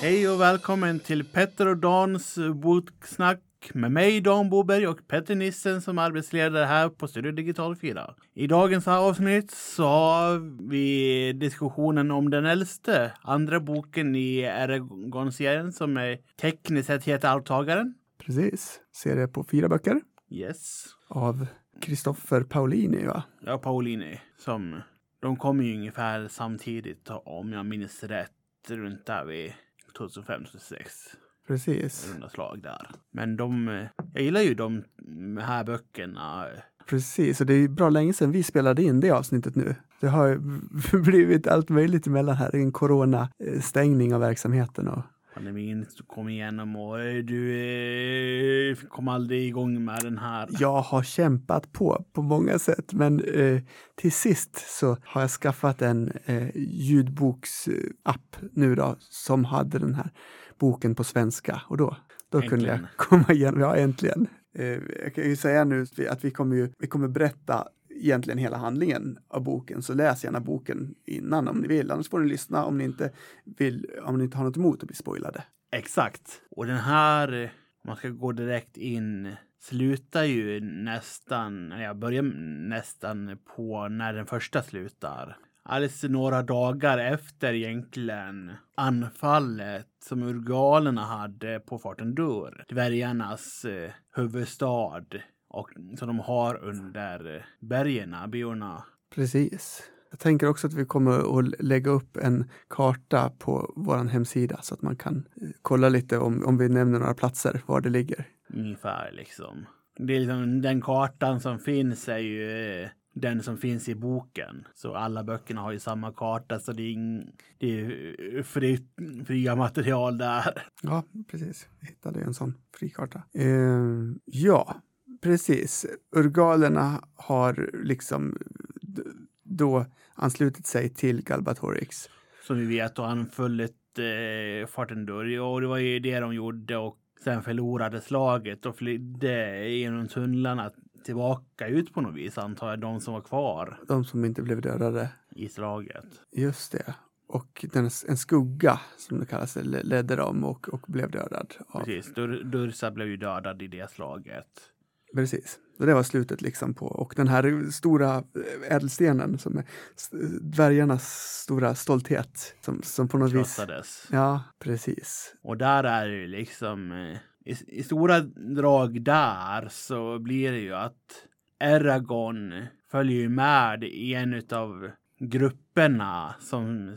Hej och välkommen till Petter och Dans boksnack med mig Dan Boberg och Petter Nissen som arbetsledare här på Studio Digital 4. I dagens här avsnitt så har vi diskussionen om den äldste, andra boken i Eragon-serien som är tekniskt sett heter Arvtagaren. Precis. Serie på fyra böcker Yes. av Christopher Paolini, va? Ja, Paulini. Som, de kom ju ungefär samtidigt om jag minns rätt runt där vid 2005-2006. Precis. runda slag där. Men de, eh, jag gillar ju de här böckerna. Precis, och det är ju bra länge sedan vi spelade in det avsnittet nu. Det har ju blivit allt möjligt emellan här, en coronastängning av verksamheten och Pandemin kom igenom och eh, du eh, kom aldrig igång med den här. jag har kämpat på på många sätt men eh, till sist så har jag skaffat en eh, ljudboksapp nu då som hade den här boken på svenska och då, då kunde jag Äntligen. komma igenom, ja äntligen. Eh, jag kan ju säga nu att vi kommer, ju, vi kommer berätta egentligen hela handlingen av boken så läs gärna boken innan om ni vill annars får ni lyssna om ni inte vill, om ni inte har något emot att bli spoilade. Exakt. Och den här, eh, om man ska gå direkt in, slutar ju nästan, eller jag börjar nästan på när den första slutar. Alldeles några dagar efter egentligen anfallet som urgalerna hade på Fortendur, dvärgarnas eh, huvudstad och som de har under eh, bergen, byarna. Precis. Jag tänker också att vi kommer att lägga upp en karta på vår hemsida så att man kan eh, kolla lite om, om vi nämner några platser, var det ligger. Ungefär liksom. Det är liksom den kartan som finns är ju eh, den som finns i boken. Så alla böckerna har ju samma karta så det är, ing, det är eh, fritt, fria material där. Ja, precis. Jag hittade ju en sån frikarta. Eh, ja, precis. Urgalerna har liksom d- då anslutit sig till Galbatorix. Som vi vet och anfullit eh, Fartendur och det var ju det de gjorde och sen förlorade slaget och flydde genom tunnlarna tillbaka ut på något vis antar jag, de som var kvar De som inte blev dödade. i slaget. Just det. Och den, en skugga, som det kallas, le- ledde dem och, och blev dödad av Precis, Dur- Dursa blev ju dödad i det slaget. Precis. Så det var slutet liksom på, och den här stora eh, ädelstenen som är s- dvärgarnas stora stolthet som, som på något vis... Krossades. Ja, precis. Och där är det ju liksom eh, i, i stora drag där så blir det ju att Eragon följer ju med i en av grupperna som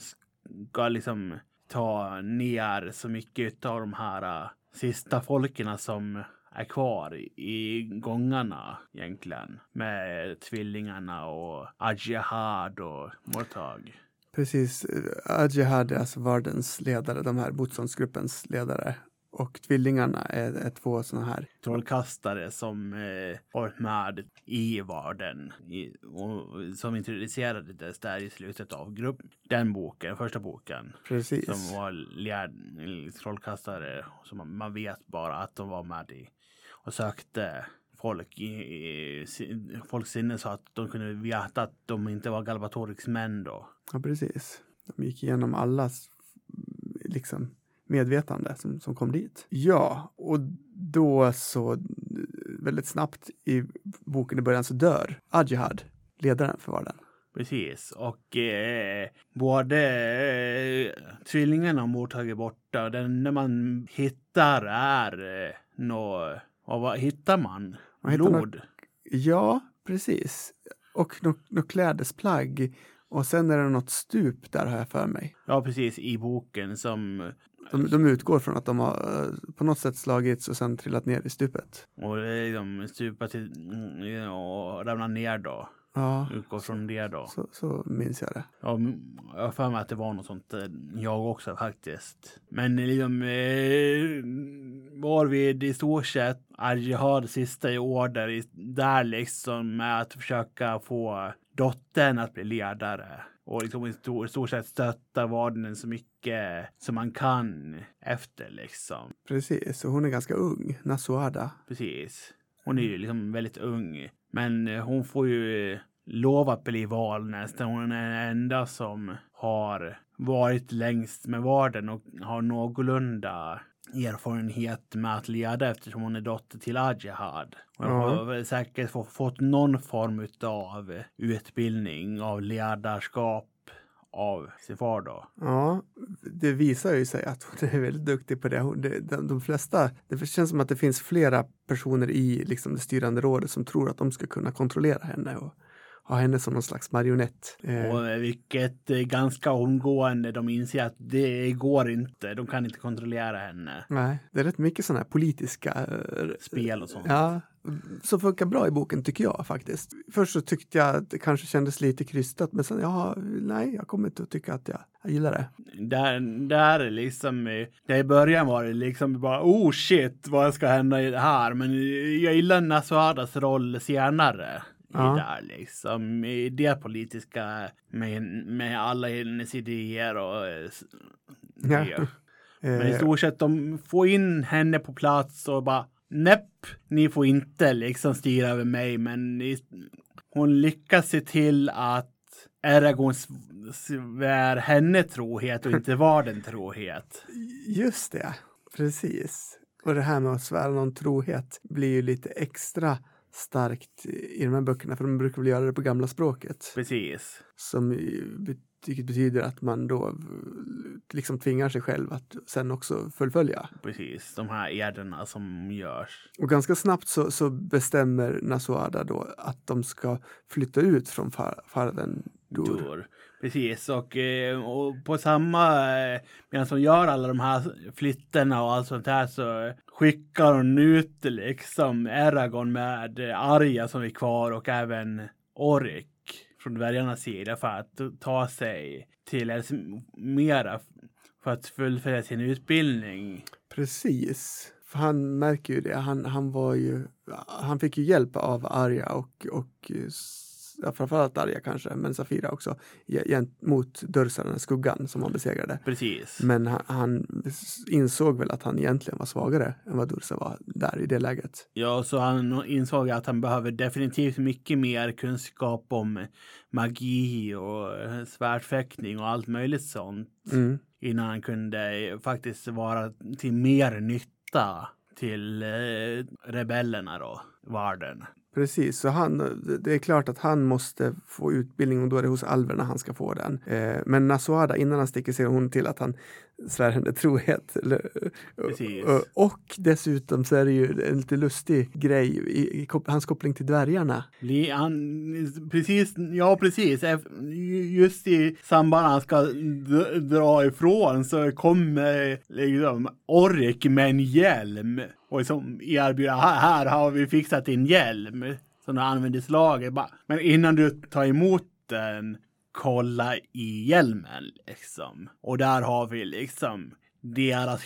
ska liksom ta ner så mycket av de här eh, sista folkerna som är kvar i gångarna egentligen med tvillingarna och Ajihad och Mortag. Precis. Adjihad är alltså Vardens ledare, de här motståndsgruppens ledare. Och tvillingarna är, är två sådana här. trollkastare som eh, varit med i varden i, och, som introducerades där i slutet av grupp, den boken, första boken Precis. som var lär, trollkastare som man, man vet bara att de var med i och sökte folk i, i sin- folks sinne så att de kunde veta att de inte var Galbatorix män då. Ja, precis. De gick igenom allas mm, liksom, medvetande som, som kom dit. Ja, och då så eh, väldigt snabbt i boken i början så dör Adjihad, ledaren för varden. Precis, och eh, både eh, tvillingarna och Mortag är borta. Den enda man hittar är eh, nå, vad, vad hittar man? Man hittar nå- Blod. Ja, precis. Och något nå klädesplagg. Och sen är det något stup där har jag för mig. Ja, precis i boken som De, de utgår från att de har eh, på något sätt slagits och sen trillat ner i stupet. och eh, de stupar till mm, och ramlar ner då. Ja, Utgår från det då. så, så minns jag det. Ja, m- Jag har för mig att det var något sånt. eh, Jag också faktiskt. Men eh, liksom eh, var vi i stort sett Arjihad sista i order i- där liksom med att försöka få dottern att bli ledare. och liksom i stor, i stort sett stötta vardagen så mycket som man kan efter liksom. Precis, och hon är ganska ung, Nasuada. Precis. Hon är ju liksom väldigt ung, men eh, hon får ju eh, lov att bli Valnäs där hon är den enda som har varit längst med vardagen och har någorlunda erfarenhet med att leda eftersom hon är dotter till Ajihad. Hon Ja. har väl säkert få- fått någon form av utbildning av ledarskap av sin far då. Ja, det visar ju sig att hon är väldigt duktig på det. Hon, det de, de flesta, det känns som att det finns flera personer i liksom, det styrande rådet som tror att de ska kunna kontrollera henne och ha henne som någon slags marionett. Eh, Och eh, vilket eh, ganska omgående de inser att det går inte. De kan inte kontrollera henne. nej, det är rätt mycket sådana här politiska eh, Spel och sånt. Ja, som funkar bra i boken tycker jag faktiskt. Först så tyckte jag att det kanske kändes lite krystat men sen, ja, nej, jag kommer inte att tycka att jag, jag gillar det. Där, där är liksom, eh, där i början var det liksom bara oh shit vad ska hända i det här. Men eh, jag gillar Nasuadas roll senare. Ja. I där liksom, i det politiska med, med alla hennes idéer och eh, s- Ja. det. Men i Eh, stort sett de får in henne på plats och bara näpp, ni får inte liksom styra över mig. Men ni, hon lyckas se till att Eragon sv- svär henne trohet och inte var den trohet. Just det, precis. Och det här med att svära någon trohet blir ju lite extra starkt i de här böckerna, för de brukar väl göra det på gamla språket. Precis. Som i- bet- vilket betyder att man då eh, liksom tvingar sig själv att sen också fullfölja. Precis, de här ederna som görs. Och ganska snabbt så, så bestämmer Nasuada då att de ska flytta ut från far, farden Dur. Dor. Precis, och, eh, och på samma, eh, medan de gör alla de här flytterna och allt sånt här så skickar hon ut liksom Eragon med eh, Arya som är kvar och även Orik från dvärgarnas sida för att ta sig till Elsmera för att fullfölja sin utbildning. Precis. För han märker ju det. Han, han, var ju, han fick ju hjälp av Arya och, och eh, s- ja, framförallt Arya kanske, men Safira också, ge- gent- mot Dursaren, skuggan som han besegrade. Precis. Men han, han s- insåg väl att han egentligen var svagare än vad Dursa var där i det läget. Ja, så han insåg att han behöver definitivt mycket mer kunskap om magi och eh, svärdfäktning och allt möjligt sånt Mm. innan han kunde eh, faktiskt vara till mer nytta till eh, rebellerna då, varden. Precis, så han, det- det är klart att han måste få utbildning och då är det hos alverna han ska få den. Eh, men Nasuada, innan han sticker ser hon till att han svär henne trohet. Eller, Precis. och, och dessutom så är det ju en lite lustig grej i, i kop- hans koppling till dvärgarna. Bli- Han, precis, ja precis. Ef- Just i samband när han ska d- dra ifrån så kommer liksom Orrik med en hjälm och liksom erbjuder, här, här har vi fixat din hjälm som du använder i slaget. Bara, Men innan du tar emot den, kolla i hjälmen liksom. Och där har vi liksom deras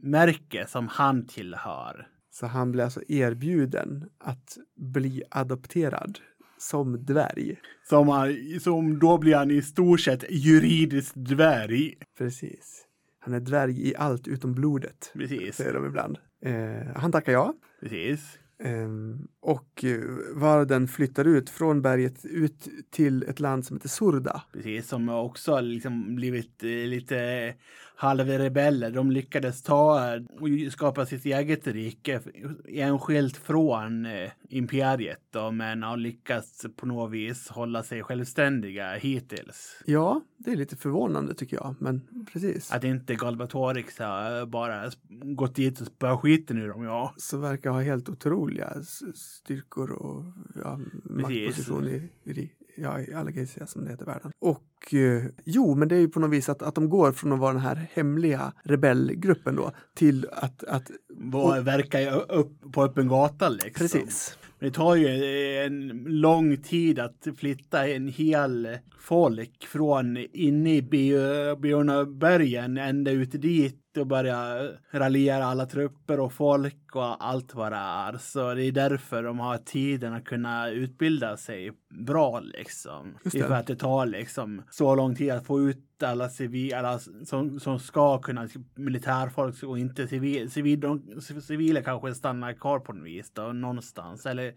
klanmärke som han tillhör. Så han blir alltså erbjuden att bli adopterad som dvärg. Som, han- som då blir han i stort sett juridisk dvärg. Precis. Han är dvärg i allt utom blodet, Precis. säger de ibland. Eh, han tackar ja. Precis. Ehm, Och eh, varden flyttar ut från berget ut till ett land som heter Surda. Precis, som också har liksom blivit eh, lite halvrebeller. De lyckades ta och skapa sitt eget rike enskilt från eh, imperiet då, men har lyckats på något vis hålla sig självständiga hittills. Ja, det är lite förvånande tycker jag, men precis. Att inte Galbatorix har eh, bara gått dit och spöat skiten ur dem, ja. Så verkar ha helt otroliga s- styrkor och ja, maktposition i, i, ja, i Alagacia som det heter världen. Och eh, jo, men det är ju på något vis att, att de går från att vara den här hemliga rebellgruppen då till att, att Vad verkar ju upp på öppen gata liksom. precis. Men Det tar ju eh, en lång tid att flytta en hel folk från inne i Be- Björnabergen ända ut dit och börjar raljera alla trupper och folk och allt vad det är. Så det är därför de har tiden att kunna utbilda sig bra liksom. Just Det är för det. att det tar liksom så lång tid att få ut alla civila alla som, som ska kunna typ, militärfolk och inte civil, civil, de, civila kanske stannar kvar på något vis då, någonstans. Eller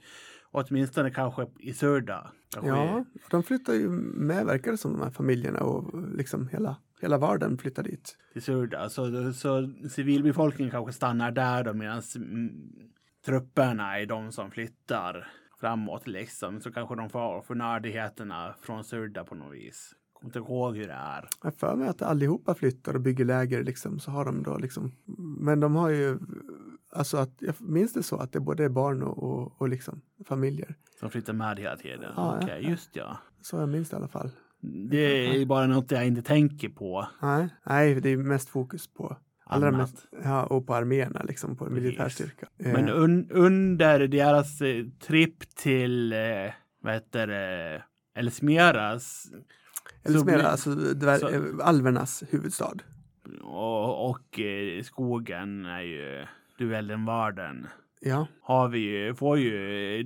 åtminstone kanske i Surda. Kanske Ja, de flyttar ju med verkar det som de här familjerna och liksom hela, hela världen flyttar dit. till Surda. Så, så civilbefolkningen kanske stannar där då medan mm, trupperna är de som flyttar framåt liksom. Så kanske de får, får nördigheterna från Surda på något vis. Kommer inte ihåg hur det är. Jag har för mig att allihopa flyttar och bygger läger liksom, så har de då liksom. Men de har ju, alltså att, jag minns det så att det både är barn och, och, och liksom familjer. Som flyttar med hela tiden. Ja, ja, Okej, just ja. Så jag minns det i alla fall. Det är bara något jag inte tänker på. Nej, nej det är mest fokus på allra Annat. mest, ja, och på arméerna liksom, på Precis. militärstyrkan. Men eh, un, under deras eh, tripp till, eh, vad heter det, Elsmeras eller så som är blir- det, alltså dvär, så- eh, alvernas huvudstad. och, och eh, skogen är ju duellen Varden. Ja, Har vi ju, får ju eh,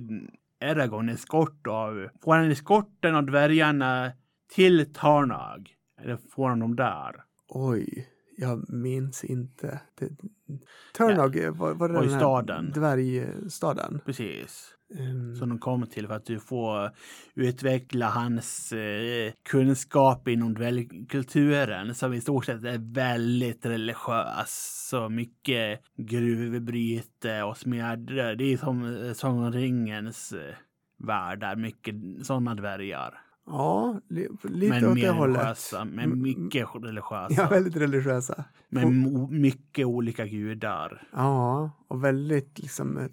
Eragon eskort av, får han eskorten av dvärgarna till Tarnag? Eller får han dem där? oj, jag minns inte. Det, Turnag, var, var det Var i den här staden. dvärgstaden? Precis. Ehm, Som de kommer till för att du får utveckla hans eh, kunskap inom dvärgkulturen som i stort sett är väldigt religiös. Så mycket gruvbryte och smedjor. Det är som eh, Sagan om ringens eh, värld där mycket sådana dvärgar. Ja, li, lite men åt mer det hållet. Mm, religiösa, men mycket religiösa. Ja, väldigt religiösa. Men mo- mycket olika gudar. Ja, och väldigt liksom eh,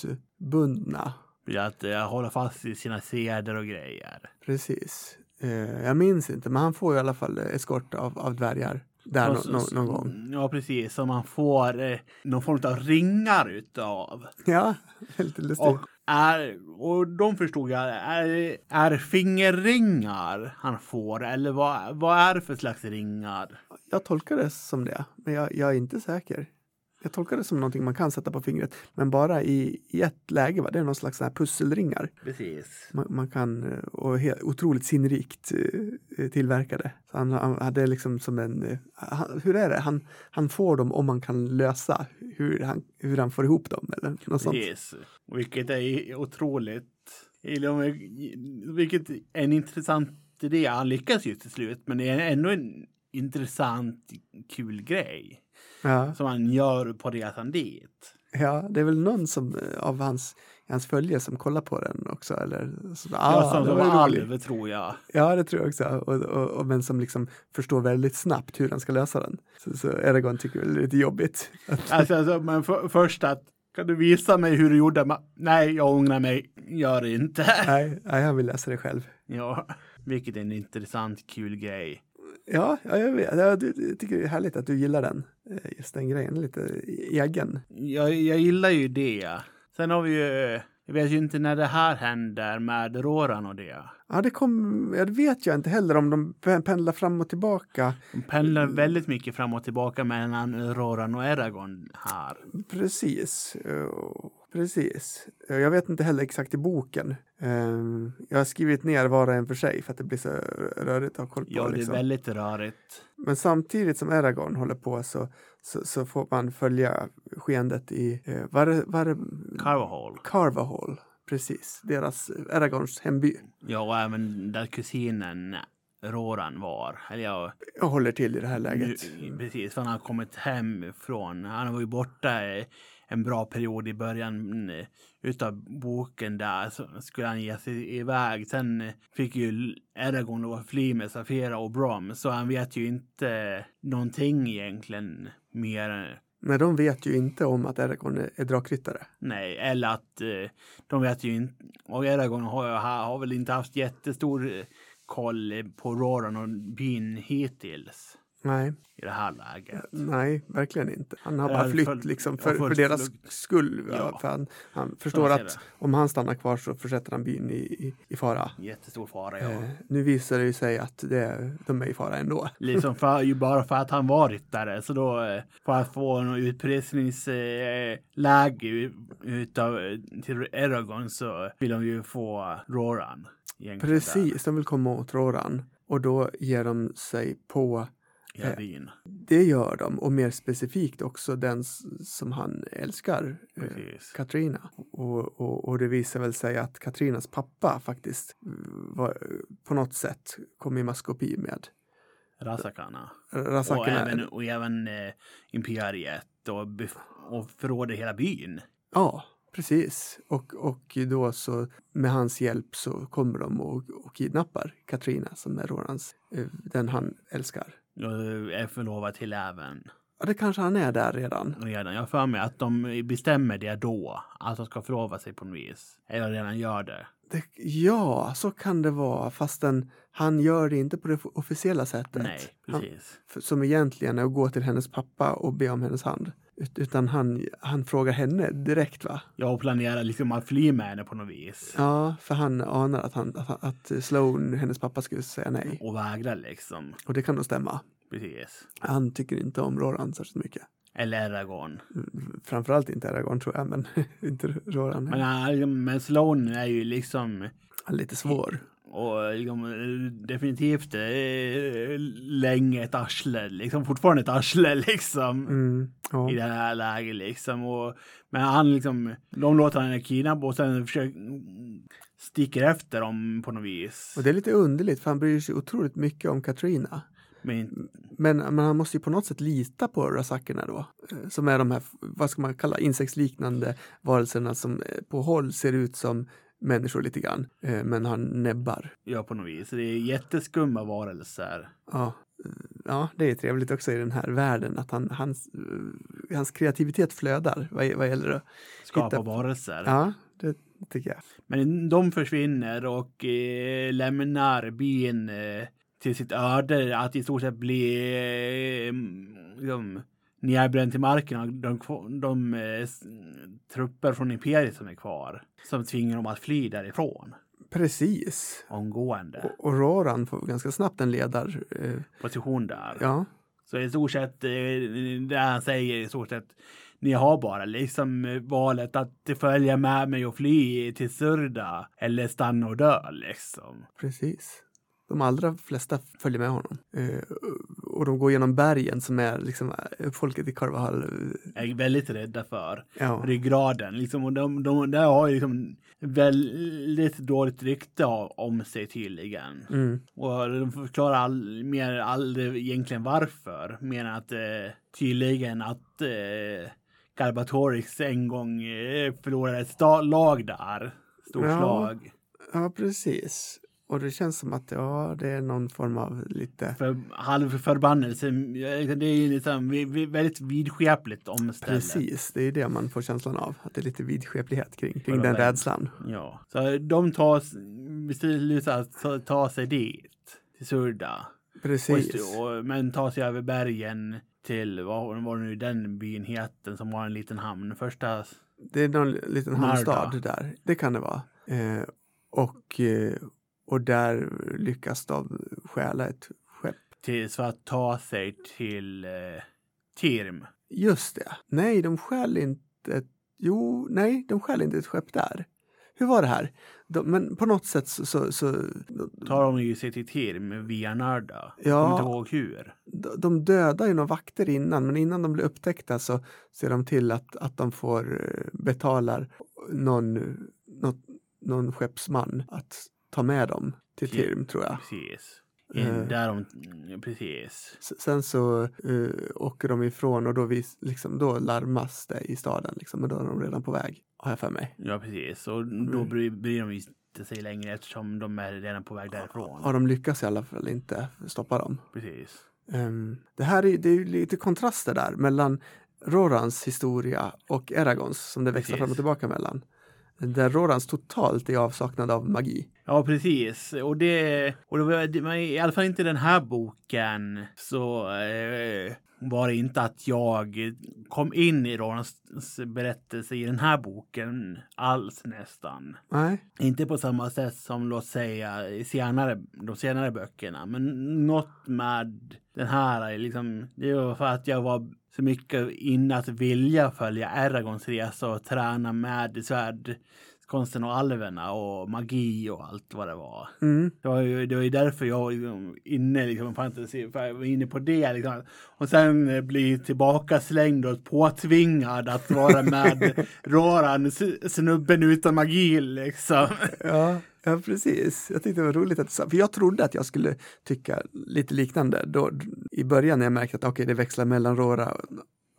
traditionsbundna. För att eh, hålla fast i sina seder och grejer. Precis. Eh, jag minns inte, men han får ju i alla fall eh, eskort av, av dvärgar. Där Och no, så- no, så- någon gång. Mm, Ja, precis. Som man får eh, någon form av ringar utav. Ja, lite lustigt. Och, är, och de förstod jag, är, är fingerringar han får? Eller vad, vad är det för slags ringar? Jag tolkar det som det, men jag, jag är inte säker. Jag tolkar det som någonting man kan sätta på fingret, men bara i, i ett läge. Va? Det är någon slags sån här pusselringar. Precis. Man, man kan, eh, och he, otroligt sinnrikt eh, tillverkade. Så han, han hade liksom som en, eh, han, hur är det, han, han får dem om man kan lösa hur han, hur han får ihop dem eller något sånt. Precis. Vilket är otroligt. eller om- Vilket är en intressant idé. Han lyckas ju till slut, men det är ändå en intressant, kul grej Ja, som han gör på resan dit. ja, det är väl någon som, eh, av hans, hans följe som kollar på den också eller? Så, ah, ja, som, det som var ju roligt. alv, tror jag. Ja, det tror jag också. Och, och, och, men som liksom förstår väldigt snabbt hur han ska lösa den. Så, så Eragon tycker väl det är lite jobbigt. Alltså, alltså men för, först att kan du visa mig hur du gjorde? Ma- Nej, jag ångrar mig. Gör det inte. nej, nej, han vill läsa det själv. ja, vilket är en intressant, kul grej. Ja, ja jag vet. Ja, du, du tycker det är härligt att du gillar den. eh, Just den grejen, lite e-, egen. Jag, jag gillar ju det. Sen har vi ju, jag vet ju inte när det här händer med Roran och det. Ja, det kom, ja, det vet jag inte heller om de pe- pendlar fram och tillbaka. De pendlar väldigt mycket fram och tillbaka mellan Roran och Eragon här. Precis. eh, Precis. Eh, Jag vet inte heller exakt i boken. Eh, Jag har skrivit ner var och en för sig för att det blir så rörigt att ha koll på. Ja, det är liksom. väldigt rörigt. Men samtidigt som Aragorn håller på så, så, så får man följa skeendet i, eh, var det, var det Carvahall. Carvahall? Precis, deras, Aragorns hemby. Ja, och även där kusinen Roran var. Eller ja, Jag håller till i det här läget. Nu, precis, för han har kommit hem från, han var ju borta eh, en bra period i början eh, utav boken där så skulle han ge sig iväg. Sen eh, fick ju Eragon lov att fly med Safira och Brom så han vet ju inte någonting egentligen mer. än- Nej, de vet ju inte om att Aragorn är, är drakryttare. Nej, eller att eh, de vet ju inte. Och Eragon har, har, har väl inte haft jättestor eh, koll på Roran och byn hittills. Nej, i det här läget. nej, verkligen inte. Han har Jag bara hade flytt följt- liksom jag för, för följt deras lugnt. skull. Ja. Ja. För han, han förstår man säga att det. om han stannar kvar så försätter han byn i, i, i fara. Jättestor fara, ja. Eh, nu visar det ju sig att det, de är i fara ändå. Liksom för, ju bara för att han var ryttare. Så då eh, för att få en utpressningsläge utav eh, till Eragon så vill de ju få Roran. egentligen Precis, de vill komma åt Roran och då ger de sig på där, Jardin. det gör de och mer specifikt också den s- som han älskar, eh, Precis. Katrina. Och, och, och det visar väl sig att Katrinas pappa faktiskt mm, var, på något sätt kom i maskopi med Rasakana. Och Rasakerna. även, och även eh, Imperiet och, bef- och förråder hela byn. Ja, precis. Och, och då så med hans hjälp så kommer de och, och kidnappar Katrina som är Rorans, eh, den han älskar. Och eh, är förlovad till även. Ja, det kanske han är där redan. redan. Jag har för mig att de bestämmer det då. Att de ska förlova sig på något vis. Eller redan gör det. Det, ja, så kan det vara, fastän han gör det inte på det officiella sättet. Nej, han, precis. f- som egentligen är att gå till hennes pappa och be om hennes hand. Ut, utan han, han frågar henne direkt, va? Jag planerar liksom att fly med henne på något vis. Ja, för han anar att, han, att, han- att Sloan, hennes pappa, skulle säga nej. Och vägrar liksom. Och det kan nog stämma. Precis. Han tycker inte om Roran särskilt mycket. Eller Eragon. Framförallt inte Aragorn tror jag, men inte Roran. Men, han- men Sloan är ju liksom Han är lite svår. och liksom, eh, definitivt eh, länge ett arsle, liksom fortfarande ett arsle liksom. Mm, ja. i det här läget liksom. Och, men han liksom, de låter han kidnappa och sen försöker, sticker efter dem på något vis. Och det är lite underligt, för han bryr sig otroligt mycket om Katrina. Men Men, men han måste ju på något sätt lita på rasakerna då, eh, som är de här, vad ska man kalla, insektsliknande varelserna som eh, på håll ser ut som människor lite grann, eh, men har näbbar. gör på något vis. Det är jätteskumma varelser. Ja. eh, ja, det är trevligt också i den här världen att han, hans, eh, hans kreativitet flödar vad, vad gäller det. Skapa Hitta- varelser. Ja, det tycker jag. Men de försvinner och eh, lämnar byn eh, till sitt öde att i stort sett bli eh, liksom, nedbränd till marken av de, kv- de eh, s- trupper från imperiet som är kvar. Som tvingar dem att fly därifrån Precis. omgående. Och, och Roran får ganska snabbt en ledar... Eh, position där. ja, Så i stort sett, eh, det han säger i stort sett, ni har bara liksom eh, valet att följa med mig och fly till Surda eller stanna och dö liksom. precis. De allra flesta följer med honom. Eh, och de går genom bergen som är liksom eh, folket i Karvahall. eh, Jag är väldigt rädda för Ja, ryggraden liksom och de, de, de har ju liksom väldigt dåligt rykte av- om sig tydligen. mm, Och de förklarar all, mer aldrig egentligen varför. Men att eh, tydligen att eh, Galbatorix en gång eh, förlorade ett sta- lag där. Storslag. ja, precis. Och det känns som att ja, det är någon form av lite... För halvförbannelse. Det är ju liksom vi- vi- väldigt vidskepligt om stället. Precis, det är det man får känslan av. Att det är lite vidskeplighet kring, kring Själva den bergen. rädslan. Ja. Så de tar s- beslutar att ta- ta sig dit. Till Surda. Och, Precis. st- och, men tar sig över bergen till vad var nu den byn heten som har en liten hamn. Första Det är någon liten Narda. hamnstad där. Det kan det vara. Eh, och, eh, och där lyckas de stjäla ett skepp. Tills för att ta sig till eh, Tirm. Just det. Nej, de stjäl inte. Ett, jo, nej, de stjäl inte ett skepp där. Hur var det här? De, men på något sätt så, så, så Tar de ju sig till Tirm via Narda. Ja. Kommer inte ihåg hur. de- de dödar ju några vakter innan, men innan de blir upptäckta så ser de till att, att de får eh, betalar någon, något, någon skeppsman att ta med dem till Till- Tirm, tror jag. Precis. In, Eh. Där de, mm, precis. S- Sen så eh, åker de ifrån och då, vis, liksom, då larmas det i staden. Liksom, men då är de redan på väg, har jag för mig. Ja precis. Och Mm. då bryr, bryr de ju inte sig längre eftersom de är redan på väg därifrån. Ja, de lyckas i alla fall inte stoppa dem. Precis. Ehm, det här är, det är ju lite kontraster där mellan Rorans historia och Eragons som det växlar Precis. fram och tillbaka mellan. Där Rorans totalt är i avsaknad av magi. Ja, precis. Och det, och det var, det, men i alla fall inte i den här boken så eh, var det inte att jag kom in i Ronans berättelse i den här boken alls nästan. Nej. Inte på samma sätt som låt säga i senare, de senare böckerna, men något med den här är liksom, det var för att jag var så mycket inne att vilja följa Aragons resa och träna med svärdkonsten och alverna och magi och allt vad det var. Mm. Det var ju, det var ju därför jag var liksom inne liksom fantasy, för jag var inne på det liksom. Och sen eh, bli tillbaka slängd och påtvingad att vara med Roran, s- snubben utan magi liksom. Ja, ja, precis. Jag tyckte det var roligt att du sa, för jag trodde att jag skulle tycka lite liknande då, i början när jag märkte att okej, det växlar mellan Rora,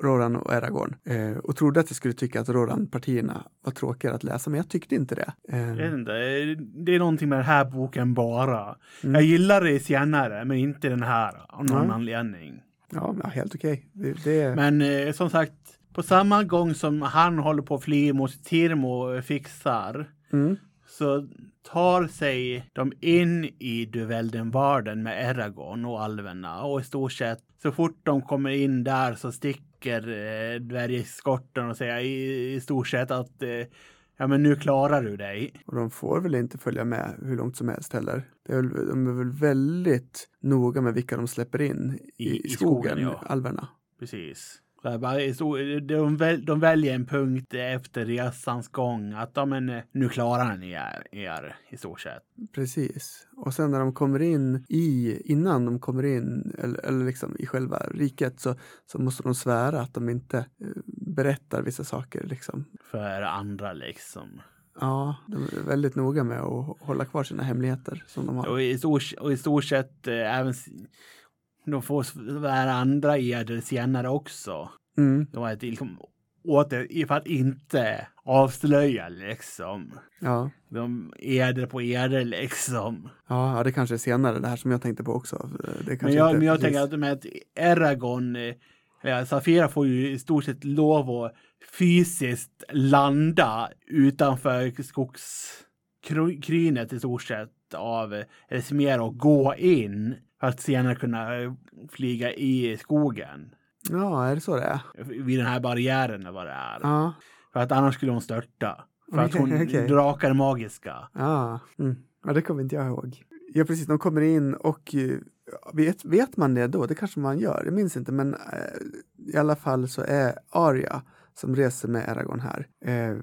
Roran och Aragorn eh, och trodde att jag skulle tycka att Roran-partierna var tråkigare att läsa, men jag tyckte inte det. Jag vet Eh, inte, eh, det är någonting med den här boken bara. Mm. Jag gillar det senare, men inte den här av någon Nej. anledning. ja, ja, helt okej. Det, det, Men eh, som sagt, på samma gång som han håller på att fly mot Tirmo och fixar mm, så tar sig de in i duveldenvarden med Eragon och alverna och i stort sett så fort de kommer in där så sticker eh, dvärgskorten och säger i, i stort sett att eh, ja men nu klarar du dig. och de får väl inte följa med hur långt som helst heller. Det är, väl- de är väl väldigt noga med vilka de släpper in i, I- i i skogen, skogen, ja. alverna. Precis. Så här bara, så de, väl, de väljer en punkt efter resans gång att ja, men, eh, nu klarar ni er, er i stort sett. Precis. Och sen när de kommer in i, innan de kommer in, eller, eller liksom i själva riket, så, så måste de svära att de inte eh, berättar vissa saker. Liksom. för andra liksom. Ja, de är väldigt noga med att hålla kvar sina hemligheter som de har. Och i stort, och i stort sett eh, även s- de får svära andra eder senare också. Mm, De har ett liksom, åter i- för att inte avslöja liksom. ja. De eder på eder liksom. Ja, ja, det kanske är senare det här som jag tänkte på också. Det kanske Men jag, inte, men jag precis. tänker att med att Eragon, eh, eh, Safira får ju i stort sett lov att fysiskt landa utanför skogskrynet i stort sett av eh, Esmer och gå in för att senare kunna eh, flyga i skogen Ja, är det så det är? eh, vid den här barriären eller vad det är. Ja, För att annars skulle hon störta. För att Okej, hon okej. drakar magiska. ja. Mm. ja det kommer inte jag ihåg. Ja, precis. De kommer in och eh, vet, vet man det då? Det kanske man gör. Jag minns inte, men eh, i alla fall så är Arya som reser med Aragorn här eh,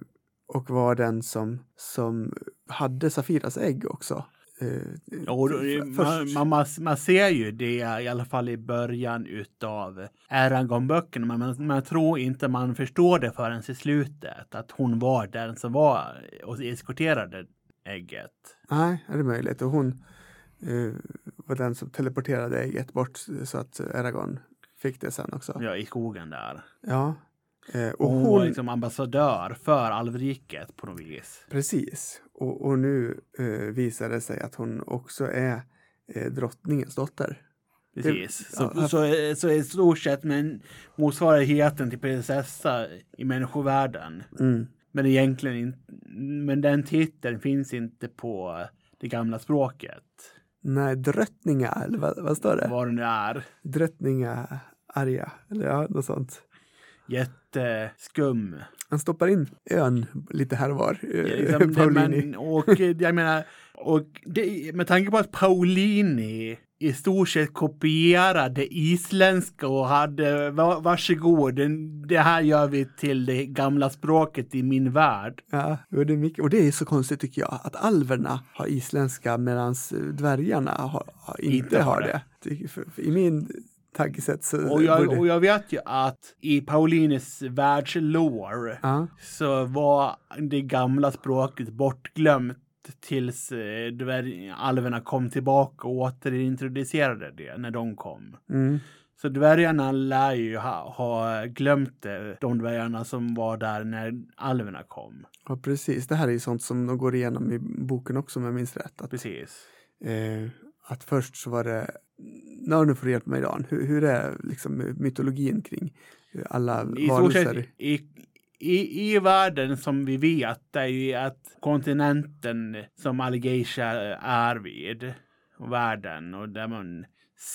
och var den som, som hade Safiras ägg också. Eh, Och då, f- man, man, man, man ser ju det i alla fall i början utav Eragon-böckerna, men man, man tror inte man förstår det förrän i slutet, att hon var den som var och eskorterade ägget. Nej, är det möjligt? Och hon eh, var den som teleporterade ägget bort så att Aragorn fick det sen också. Ja. Ja, i skogen där. Eh, och Och hon, hon, var liksom ambassadör för alvriket på något vis. Precis. Och, och nu eh, visar det sig att hon också är eh, drottningens dotter. Precis. Det- så, ja, här- så, så i stort sett men motsvarigheten till prinsessa i människovärlden. Mm. Men egentligen inte, men den titeln finns inte på det gamla språket. Nej, drottninga, eller vad, vad står det? Vad det nu är. Drottninga Arja, eller ja, något sånt. Jätteskum. Han stoppar in ön lite här och var. eh, Liksom, det, Paulini. men, och eh, jag menar, och det, med tanke på att Paulini i stort sett kopierade isländska och hade va- varsågod, den- det här gör vi till det gamla språket i min värld. Ja, och, det är mycket, och det är så konstigt tycker jag, att alverna har isländska medan dvärgarna har, har inte, Inte har har det. det. Tycker- för, för, I min tankesätt så... Och jag, Eh, borde- och jag vet ju att i Paulinis världslore ja. så var det gamla språket bortglömt tills eh, dvärg- alverna kom tillbaka och återintroducerade det när de kom. mm. Så dvärgarna lär ju ha, ha glömt det, de dvärgarna som var där när alverna kom. Ja, precis. Det här är ju sånt som de går igenom i boken också om jag minns rätt. Att, Precis. eh, att först så var det, när nu får du hjälpa mig Dan, hur, hur är liksom mytologin kring alla I stort sett varelser? i, i, i världen som vi vet är ju att kontinenten som Algeisha är vid, och världen och där man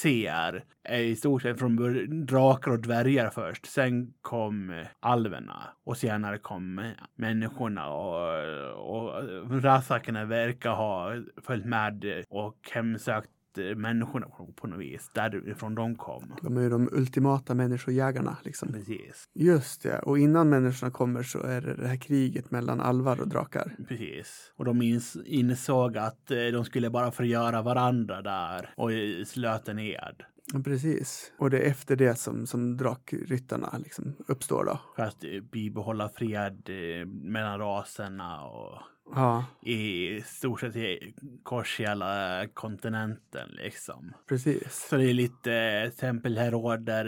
ser är i stort sett från bör- drakar och dvärgar först. Sen kom alverna och senare kom människorna och, och rasakerna verkar ha följt med och hemsökt människorna på, på något vis, därifrån de kom. De är ju de ultimata människojägarna. Liksom. Precis. Just det, och innan människorna kommer så är det det här kriget mellan alvar och drakar. Precis. Och de ins- insåg att eh, de skulle bara förgöra varandra där och eh, slöt en ed. Ja, Precis. Och det är efter det som, som drakryttarna liksom uppstår då. För att eh, bibehålla fred eh, mellan raserna och Ja, i stort sett i kors i hela kontinenten liksom. precis. Så det är lite eh, tempelheroder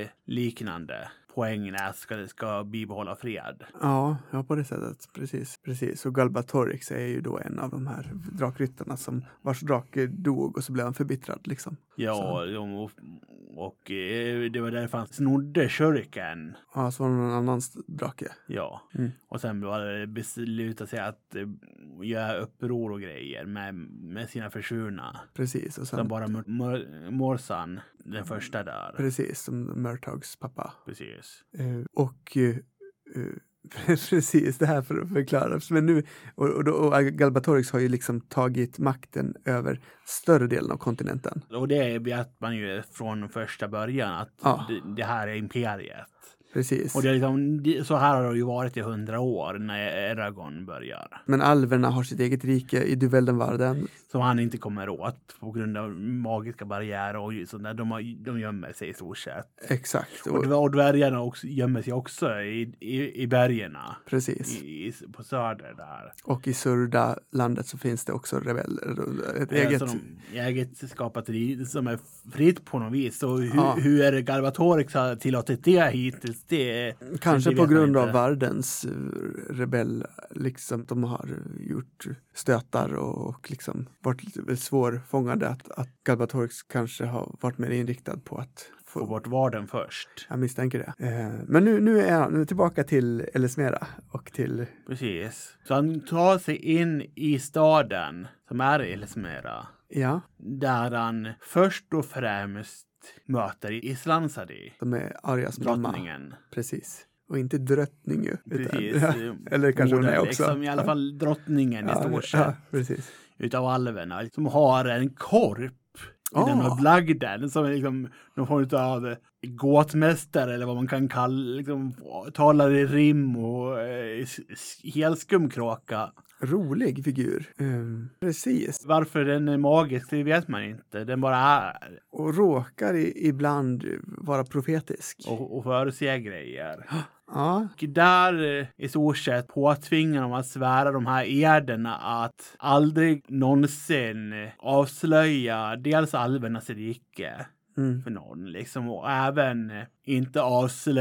eh, liknande. Poängen är att ska, ska bibehålla fred. Ja, ja, på det sättet. Precis. precis. Och Galbatorix är ju då en av de här drakryttarna som, vars drake dog och så blev han förbittrad. Liksom. Ja, de- och, och eh, det var därför han snodde kyrkan. Ja, så var det någon annans drake. Ja, Mm. och sen bara besluta sig att eh, göra uppror och grejer med, med sina försvunna. Precis. Och Sen sen, bara Mor- Mor- Morsan, den första där. precis, som Murtaugs pappa. Precis. Eh, och eh, eh, precis, det här för att förklara. Men nu, och, och, då- och Galbatorix har ju liksom tagit makten över större delen av kontinenten. Och det vet man ju från första början att Ja. det, det här är imperiet. Precis. Och det är liksom, det- så här har det ju varit i hundra år när Eragon börjar. Men alverna har sitt eget rike i Duveldenvarden. Som han inte kommer åt på grund av magiska barriärer och sånt där. De, har, de gömmer sig i stort sett. Exakt. Och Och, dvär- och dvärgarna också, gömmer sig också i, i, i bergerna. precis. i, i, på söder där. Och i Surda-landet så finns det också rebeller. Ett eget... Alltså de, eget skapat liv som är fritt på något vis. Så hur, Ja. hur är det Galvatorix har tillåtit det hittills? Det, Kanske det på vet man grund inte. av Vardens eh, rebell, liksom de har gjort stötar och, och liksom varit lite svårfångade att, att Galbatorix kanske har varit mer inriktad på att Få få bort varden först. jag misstänker det. Eh, Men nu, nu är han nu är tillbaka till Elismera och till, Precis. Så han tar sig in i staden som är Elsmera. ja, Där han först och främst möter Islansadi, de är Arias mamma. drottningen. Precis. Och inte drottning ju. utan- Precis. Eller kanske hon Modern, är också. Liksom, I alla fall drottningen i ja, stort sett. ja, precis. utav alverna som har en korp i Ah. den här blagden som är liksom någon form av gåtmästare eller vad man kan kalla liksom talar i rim och eh, s- s- helskum kråka. Rolig figur. Eh, Precis. Varför den är magisk det vet man inte. Den bara är Och råkar i, ibland vara profetisk. och, och förutsäger grejer. Ja, Och där eh, i stort sett påtvingar de att svära de här ederna att aldrig någonsin eh, avslöja dels alvernas rike mm. för någon liksom och även eh, inte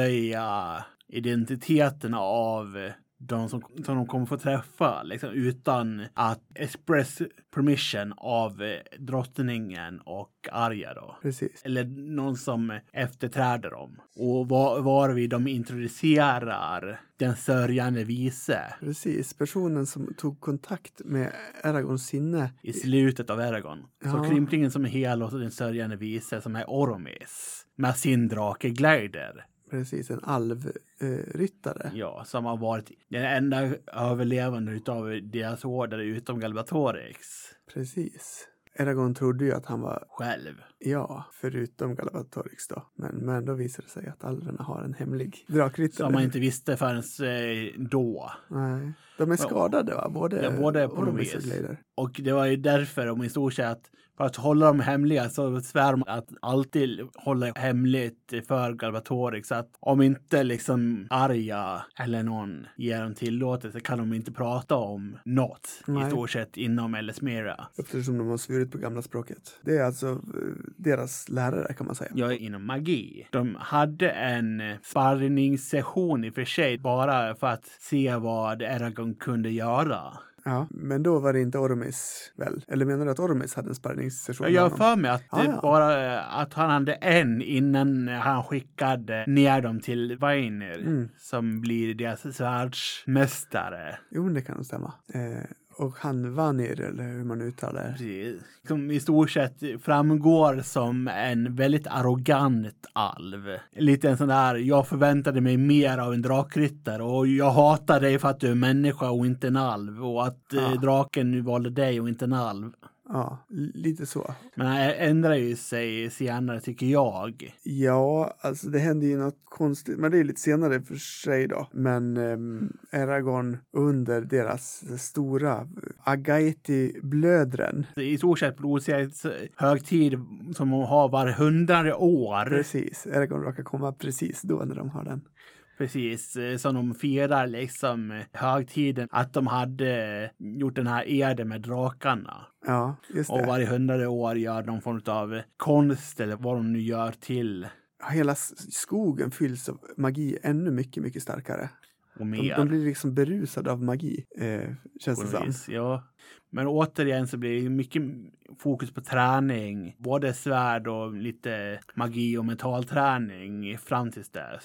avslöja identiteterna av eh, de som, som de kommer få träffa liksom, utan att express permission av eh, drottningen och Arja då. precis. Eller någon som efterträder dem. Och var, varvid de introducerar den sörjande vise Precis, personen som tog kontakt med Aragorns sinne. i slutet av Eragon. Ja. Så krymplingen som är hel och den sörjande vise som är Oromis med sin drake Glider. Precis, en alvryttare. Ja, som har varit den enda överlevande utav deras order utom Galbatorix Precis. Aragorn trodde ju att han var, själv. ja, förutom Galavatorix då. Men, men då visade det sig att alverna har en hemlig Som drakryttare. man inte visste förrän eh, då. Nej. De är skadade va? Både, Ja, både på något Oromis och vis. Glader. Och det var ju därför de i stort sett, för att hålla dem hemliga så svär de att alltid hålla hemligt för Galbatorix. Så att om inte liksom Arya eller någon ger dem tillåtelse kan de inte prata om något i Nej. stort sett inom Ellesmera. Eftersom de har svurit på gamla språket. Det är alltså eh, deras lärare kan man säga. jag är inom magi. De hade en eh, sparringssession i och för sig bara för att se vad Eragon kunde göra. Ja, men då var det inte Ormis väl? Eller menar du att Ormis hade en sparringssession? med Jag har honom? för mig att det Ah, ja. bara eh, att han hade en innan han skickade ner dem till Weiner Mm. som blir deras svärdsmästare. Jo, men det kan nog stämma. Eh, och han Vanir, eller hur man uttalar det. Precis. Som i stort sett framgår som en väldigt arrogant alv. Lite en sån där, jag förväntade mig mer av en drakryttare och jag hatar dig för att du är människa och inte en alv och att eh, Ah. draken nu valde dig och inte en alv. Ja, lite så. Men han ändrar ju sig senare tycker jag. Ja, alltså det hände ju något konstigt, men det är lite senare för sig då. Men ehm, Eragon under deras stora eh, Agaiti-blödren. i stort sett blodseriets högtid som hon har var hundrade år. Precis. Precis, Eragon råkar komma precis då när de har den. eh, som de firar liksom eh, högtiden att de hade eh, gjort den här eden med drakarna. Ja, just Och det. varje hundrade år gör de form av konst eller vad de nu gör till Hela s- skogen fylls av magi ännu mycket, mycket starkare. och De, mer. de blir liksom berusade av magi, eh, känns på det något som. vis, Ja. Men återigen så blir det mycket fokus på träning, både svärd och lite magi och mentalträning fram tills dess.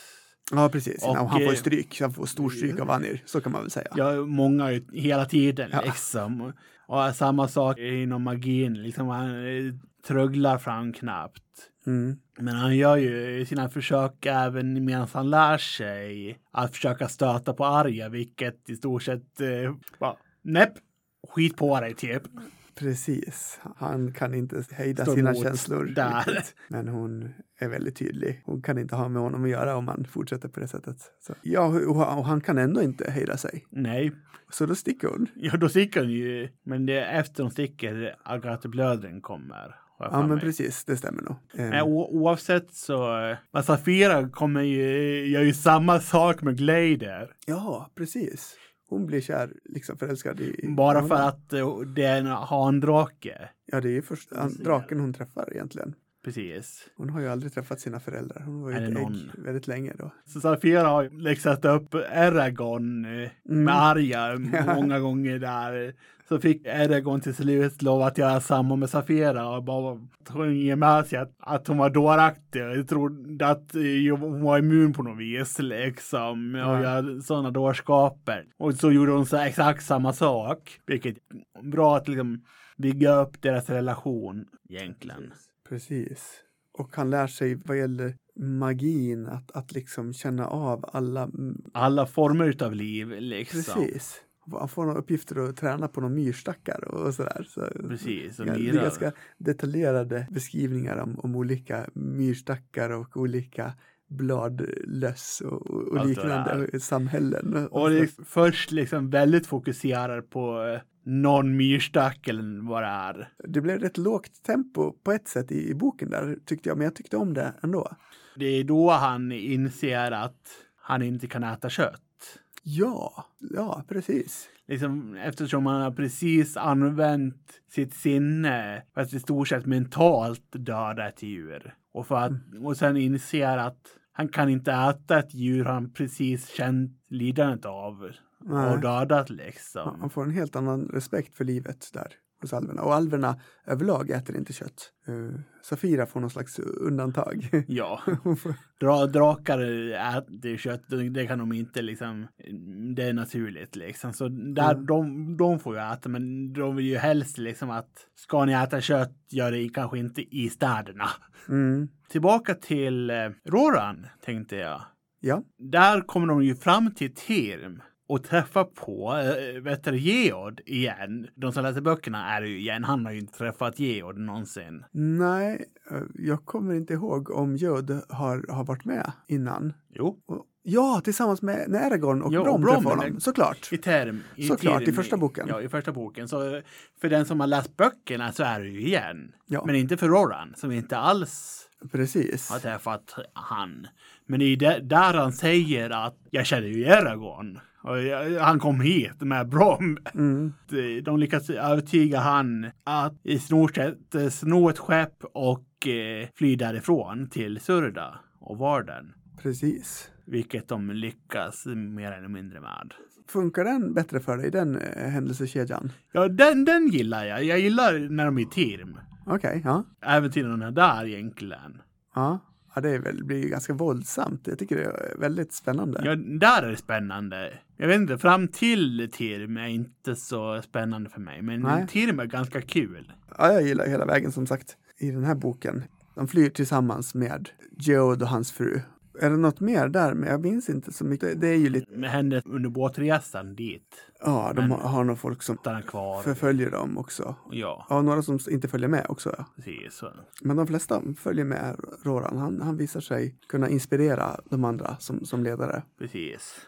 Ja, precis. Och, Och, han får eh, ju stryk, han får stor stryk av Vanir, så kan man väl säga. Ja, många ut- hela tiden Ja. liksom. Och samma sak inom magin, liksom han eh, tröglar fram knappt. Mm. Men han gör ju sina försök även medan han lär sig att försöka stöta på arga, vilket i stort sett eh, bara näpp, skit på dig typ. Precis. Han kan inte hejda Står sina emot känslor. där. riktigt. Men hon är väldigt tydlig. Hon kan inte ha med honom att göra om han fortsätter på det sättet. Så. Ja, och och han kan ändå inte hejda sig. Nej, Så då sticker hon. ja då sticker han ju. Men det är efter de sticker Agathe-blöden kommer. har jag för Ja, men mig. Äh, precis. Det stämmer nog. Ehm, Nej, o- oavsett så, eh, men Safira kommer ju, gör ju samma sak med Glader. Ja, precis. Hon blir kär, liksom förälskad i... i Bara honom. för att eh, det är en handrake. Ja, det är ju först, han, draken hon träffar egentligen. Precis. Hon har ju aldrig träffat sina föräldrar. Hon var ju Eller ett ägg någon. väldigt länge då. Så Safira har ju läxat upp Eragon eh, Mm. med arga många gånger där. Så fick Eragon till slut lov att göra samma med Safira och bara att hon ger med sig att, att hon var dåraktig. Jag trodde att eh, hon var immun på något vis liksom och Ja. gör sådana dårskaper. Och så gjorde hon så här exakt samma sak, vilket är bra att liksom bygga upp deras relation egentligen. Precis. Och han lär sig vad gäller magin, att, att liksom känna av alla... mm, alla former av liv. Liksom. Precis. Han får några uppgifter att träna på några myrstackar och sådär. Så Precis, och Ja, det är myrar. ganska detaljerade beskrivningar om, om olika myrstackar och olika bladlöss och, och och Allt det liknande och samhällen. Och det är först liksom väldigt fokuserad på eh, någon myrstack eller vad det är. det blev rätt lågt tempo på ett sätt i, i boken där tyckte jag, men jag tyckte om det ändå. Det är då han inser att han inte kan äta kött. Ja, ja precis. Liksom, eftersom han har precis använt sitt sinne för att i stort sett mentalt döda ett djur. Och, för att, Mm. och sen inser att han kan inte äta ett djur han precis känt lidandet av Nej. och dödat Ja, liksom. Man får en helt annan respekt för livet där hos alverna. Och alverna överlag äter inte kött. Eh, Safira får någon slags undantag. Ja, Dra, drakar äter kött, det kan de inte liksom, det är naturligt liksom. Så där, Mm. de, de får ju äta, men de vill ju helst liksom att ska ni äta kött, gör det i- kanske inte i städerna. Mm. Tillbaka till eh, Roran, tänkte jag. Ja, Där kommer de ju fram till Tirm och träffar på äh, vet du, Geod igen. De som läser böckerna är det ju igen, han har ju inte träffat Geod någonsin. nej, eh, jag kommer inte ihåg om Jöd har, har varit med innan. Jo, Och, ja, tillsammans med när Aragorn och Ja, och Brom Brom, träffar honom, men- såklart. I term. I Såklart, term- i första boken. Ja, i första boken. Så för den som har läst böckerna så är det ju igen. Ja. Men inte för Roran som inte alls Precis. har träffat han. Men det är ju där- där han säger att jag känner ju Eragon. Och jag, han kom hit med Brom. Mm. De lyckas övertyga han att i stort sett sno ett skepp och eh, fly därifrån till Surda och Varden. Precis. Vilket de lyckas mer eller mindre med. Funkar den bättre för dig, den eh, händelsekedjan? Ja, den, den gillar jag. Jag gillar när de är i term. Okej, ja. Äventyren där egentligen. ja. Ja, det är väl, blir ju ganska våldsamt. Jag tycker det är väldigt spännande. Ja, där är det spännande. Jag vet inte, fram till term är inte så spännande för mig, men Nej. term är ganska kul. Ja, jag gillar hela vägen som sagt i den här boken. De flyr tillsammans med Geod och hans fru. Är det något mer där? Men jag minns inte så mycket. Det är ju lite, Med henne under båtresan dit, ja, de Men- har, har nog folk som stannar kvar. förföljer dem också. Ja, Ja, några som inte följer med också. Ja. precis. Så. Men de flesta följer med Roran. Han, han visar sig kunna inspirera de andra som, som ledare. precis.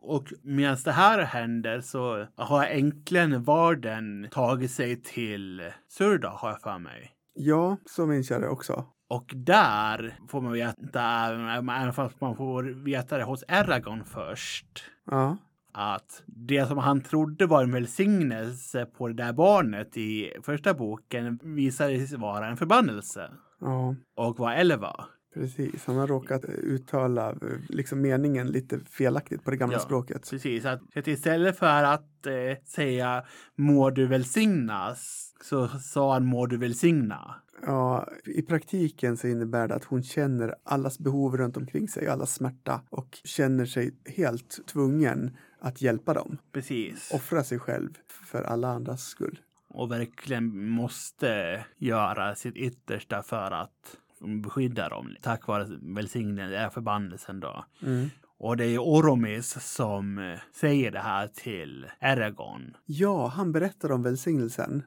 Och medan det här händer så har äntligen varden tagit sig till Surda, har jag för mig. Ja, så minns jag det också. Och där får man veta, även fast man får veta det hos Eragon först, Ja, att det som han trodde var en välsignelse på det där barnet i första boken visade sig vara en förbannelse ja och var elva. precis. Han har råkat eh, uttala eh, liksom, meningen lite felaktigt på det gamla Ja. språket. Precis, att, så att istället för att eh, säga må du välsignas så sa han må du välsigna. Ja, I praktiken så innebär det att hon känner allas behov runt omkring sig, allas smärta och känner sig helt tvungen att hjälpa dem. Precis. Och, Offra sig själv för alla andras skull. verkligen måste göra sitt yttersta för att beskydda dem tack vare välsignelsen, den här förbannelsen då. Mm. Och det är Oromis som eh, säger det här till Eragon. Ja, han berättar om välsignelsen,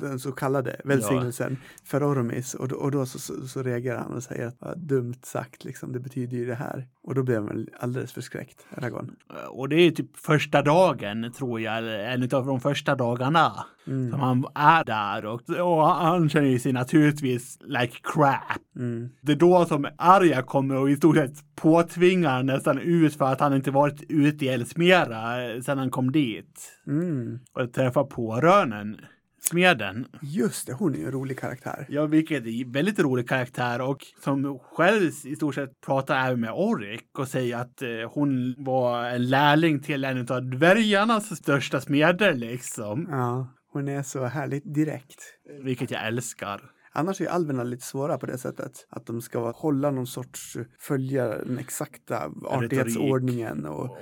den så kallade välsignelsen, för Ormis och då, och då så, så, så reagerar han och säger att "Vad dumt sagt, liksom, det betyder ju det här. Och då blev han alldeles förskräckt, Aragorn. Eh, Och det är typ första dagen tror jag, eller en av de första dagarna Mm. som han är där och, och han känner ju sig naturligtvis like crap. Mm. Det är då som Arya kommer och i stort sett påtvingar nästan ut för att han inte varit ute i Elsmera eh, sedan han kom dit Mm. och träffar på Rönen, smeden. Just det, hon är ju en rolig karaktär. Ja, vilket är en väldigt rolig karaktär och som själv i stort sett pratar även med Orik och säger att eh, hon var en lärling till en av dvärgarnas största smeder liksom. Ja, hon är så härligt direkt. Vilket jag älskar. Annars är alverna lite svåra på det sättet. Att de ska hålla någon sorts, följa den exakta artighetsordningen och Och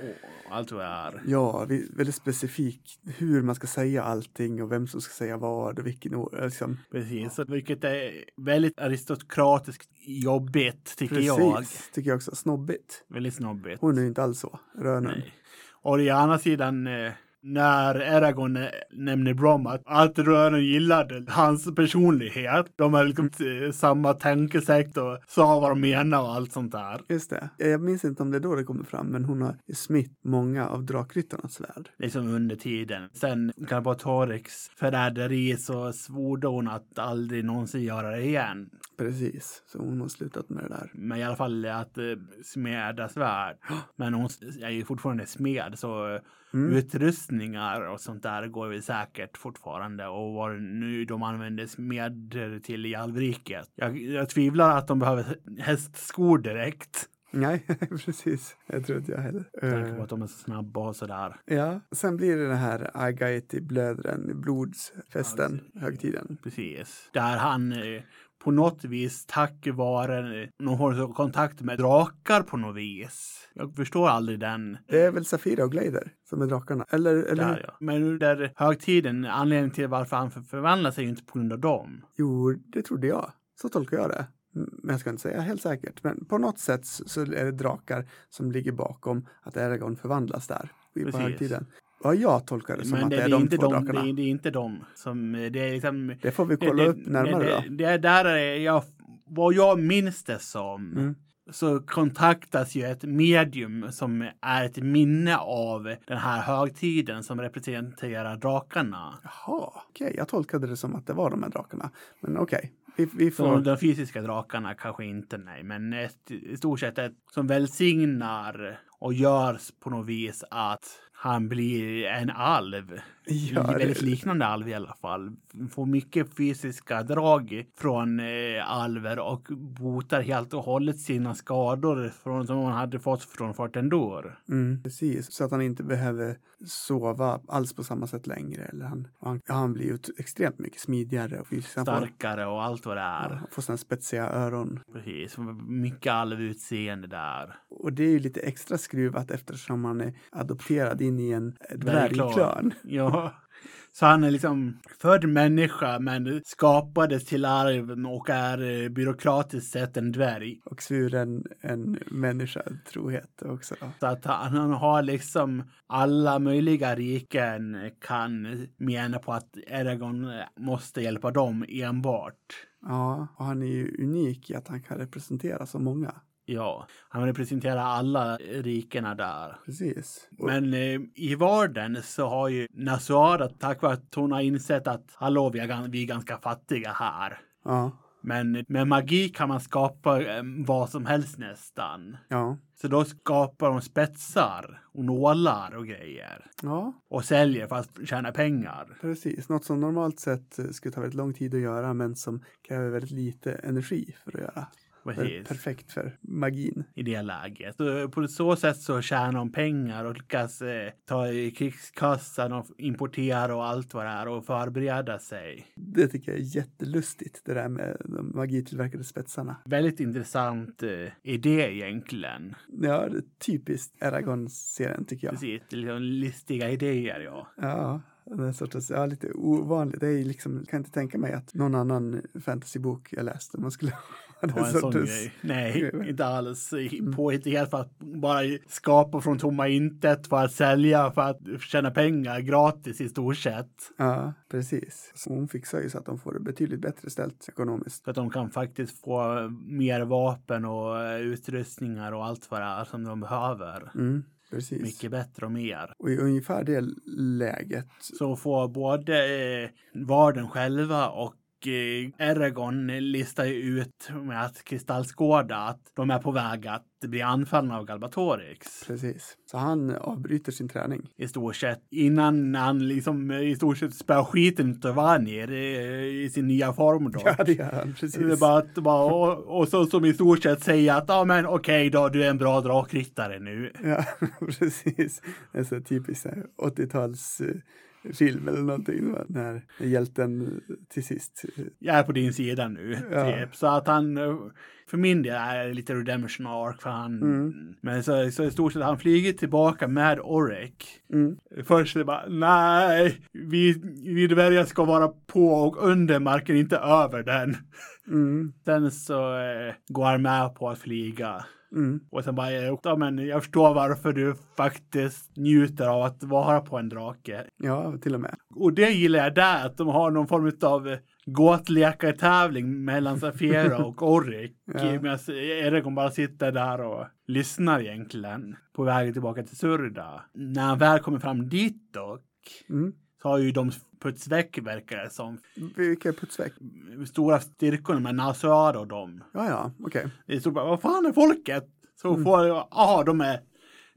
allt vad jag är. ja, vi- väldigt specifik hur man ska säga allting och vem som ska säga vad och vilken or- liksom. Precis, och vilket är väldigt aristokratiskt jobbigt tycker jag. tycker jag också. Snobbigt. Väldigt snobbigt. Hon är ju inte alls så, Rönen. Nej. Och å andra sidan, eh, när Eragon eh, nämner Brom, att allt rören gillade hans personlighet. De har liksom eh, samma tankesätt och sa vad de menar och allt sånt där. Just det. Jag minns inte om det är då det kommer fram, men hon har ju smitt många av drakryttarnas svärd. Liksom under tiden. Sen kan jag bara ta Torix förräderi så svorde hon att aldrig någonsin göra det igen. Precis, så hon har slutat med det där. Men i alla fall att eh, smeda svärd. Men hon är ju fortfarande smed så eh, utrustningar och sånt där går väl säkert fortfarande. Och vad det nu de använder smeder till i alvriket. Jag, jag tvivlar att de behöver hästskor direkt. Nej, precis. Jag tror inte jag heller. Med Eh, tanke på att de är så snabba och sådär. Ja, sen blir det den här Agaiti blödren, blodsfesten, högtiden. Precis. Där han eh, på något vis tack vare eh, någon har kontakt med drakar på något vis. Jag förstår aldrig den Det är väl Safira och Glader som är drakarna, eller? eller Där, ja. Men under högtiden, anledningen till varför han för- förvandlar sig är ju inte på grund av dem. Jo, det trodde jag. Så tolkar jag det. M- Men jag ska inte säga helt säkert. Men på något sätt s- så är det drakar som ligger bakom att Aragorn förvandlas där i- på Precis. högtiden. Ja, jag tolkar det som Men att det, det, det är är de inte två de, det, drakarna. är- Det, det är inte de som, eh, det är liksom... Det, får vi kolla det- upp närmare det, då. Det, det där är, jag, vad jag minns det som, Mm. så kontaktas ju ett medium som är ett minne av den här högtiden som representerar drakarna. Jaha, okej. Jag tolkade det som att det var de här drakarna. Men okej, vi, vi Så får... de fysiska drakarna kanske inte, nej, men ett, i stort sett ett som välsignar och görs på något vis att han blir en alv. Gör Väldigt liknande alv i alla fall. Får mycket fysiska drag från eh, alver och botar helt och hållet sina skador från, som hon hade fått från Fortendor. Mm, precis, så att han inte behöver sova alls på samma sätt längre. Eller han, han, han blir ju t- extremt mycket smidigare. Och fysiskt. han får, Starkare och allt vad det ja, är. han får sådana spetsiga öron. Precis, mycket alvutseende där. Och det är ju lite extra skruvat eftersom han är adopterad in i en Dvärgklan. dvärgklan. Ja. Så han är liksom född människa men skapades till arven och är eh, byråkratiskt sett en dvärg. Och svuren en människa, trohet också. Så att han, han har liksom alla möjliga riken kan mena på att Eragon eh, måste hjälpa dem enbart. Ja, och han är ju unik i att han kan representera så många. Ja, han representerar alla rikena där. Precis. Och, Men eh, i vardagen så har ju Nasuara tack vare att hon har insett att hallå, vi är, gan- vi är ganska fattiga här. ja, Men med magi kan man skapa eh, vad som helst nästan. ja, Så då skapar de spetsar och nålar och grejer. ja, Och säljer för att tjäna pengar. precis. Något som normalt sett eh, skulle ta väldigt lång tid att göra men som kräver väldigt lite energi för att göra. Per- Precis. Perfekt för magin. I det läget. Så eh, på så sätt så tjänar de pengar och lyckas eh, ta i krigskassan och importera och allt vad det är och förbereda sig. Det tycker jag är jättelustigt, det där med de magitillverkade spetsarna. Väldigt intressant eh, idé egentligen. Ja, det är typiskt Eragon-serien tycker jag. Precis, liksom listiga idéer ja. Ja, den sortens, ja, lite ovanligt. Det är ju liksom, jag kan inte tänka mig att någon annan fantasybok jag läste man skulle ha ha en sån grej. Nej, inte alls. Påhittighet för att bara skapa från tomma intet för att sälja för att tjäna pengar gratis i stort sett. Ja, precis. Så hon fixar ju så att de får det betydligt bättre ställt ekonomiskt. Så att de kan faktiskt få mer vapen och eh, utrustningar och allt vad det är som de behöver. Mm, precis. Mycket bättre och mer. Och i ungefär det läget, Så får både eh, varden själva och eh, Eragon listar ju ut med att kristallskåda att de är på väg att bli anfallna av Galbatorix. precis. Så han avbryter sin träning. i stort sett innan han liksom eh, i stort sett spöar skiten utav Vanir eh, i sin nya form då. Ja, det gör han. Så det är Precis. bara att, bara, och, och så som i stort sett säga att ja men okej då, du är en bra drakryttare nu. Ja, precis. En sån typisk 80-talsfilm eh, eller någonting. va? När hjälten till sist eh, Jag är på din sida nu. Ja. Typ. Så att han, eh, för min del är det lite redemption arc för han. Mm. Men så, så i stort sett, han flyger tillbaka med Orek. Mm. Först är det bara, nej, vi, vi dvärgar ska vara på och under marken, inte över den. Mm. Sen så eh, går han med på att flyga. Mm. Och sen bara, eh, ja men jag förstår varför du faktiskt njuter av att vara på en drake. Ja, till och med. Och det gillar jag där, att de har någon form av gåtlekartävling mellan Safira och Orrik. Ja. Medan Eragon bara sitter där och lyssnar egentligen på vägen tillbaka till Surda. När han väl kommer fram dit dock, Mm. så har ju de puts väck verkar det som. Vilka putsväck? Stora styrkorna med Nasuara och dem. Ja, ja, okej. Det stod bara, vad fan är folket? Så får jag, ja de är,